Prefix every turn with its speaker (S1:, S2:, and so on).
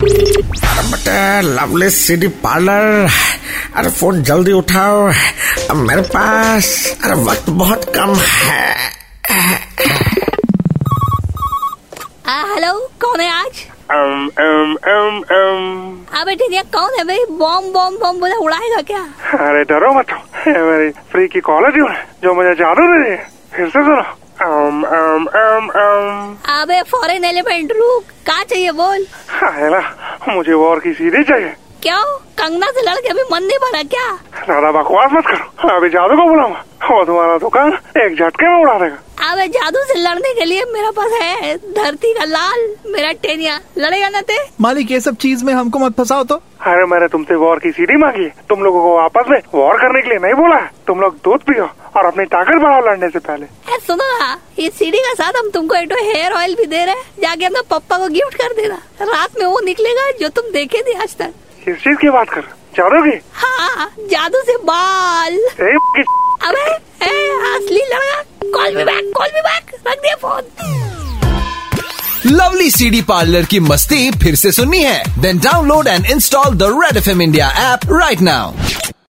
S1: अरे बटे lovely city parlour अरे फोन जल्दी उठाओ अब मेरे पास अरे वक्त बहुत कम है
S2: आ, हेलो कौन है आज
S3: Um, um, um, um.
S2: अबे ढेरिया कौन है भाई बॉम्ब बॉम्ब बॉम्ब बोला उड़ाएगा क्या
S3: अरे डरो मत ये मेरी फ्री की कॉल है ट्यून जो मुझे जादू दे रही है फिर से सुनो um, um, um, um.
S2: अबे फॉरेन एलिमेंट रुक का चाहिए बोल
S3: है ना मुझे वॉर की सीरीज चाहिए
S2: क्यों कंगना से लड़के अभी मन नहीं बना क्या
S3: ज्यादा बकवास मत करो मैं अभी जादू को बुलाऊंगा वो तुम्हारा दुकान एक झटके में उड़ा देगा
S2: अबे जादू से लड़ने के लिए मेरा पास है धरती का लाल मेरा टेनिया लड़ेगा ना ते
S4: मालिक ये सब चीज में हमको मत फंसाओ तो
S3: अरे मैंने तुमसे वॉर की सीडी मांगी है। तुम लोगों को आपस में वॉर करने के लिए नहीं बोला है तुम लोग दूध पियो और अपनी ताकत बढ़ाओ लड़ने से पहले
S2: ए, सुनो ना ये सीडी के साथ हम तुमको एटो हेयर ऑयल भी दे रहे हैं जाके अपने पप्पा को गिफ्ट कर देना रात में वो निकलेगा जो तुम देखे नहीं आज तक
S3: किस चीज की बात कर रहे हो? जादू की
S2: हाँ जादू से बाल
S3: ए, की
S2: अबे ए, असली लड़का call me back call me back रख दिया फोन
S5: लवली सीडी पार्लर की मस्ती फिर से सुननी है then download and install the red F India app right now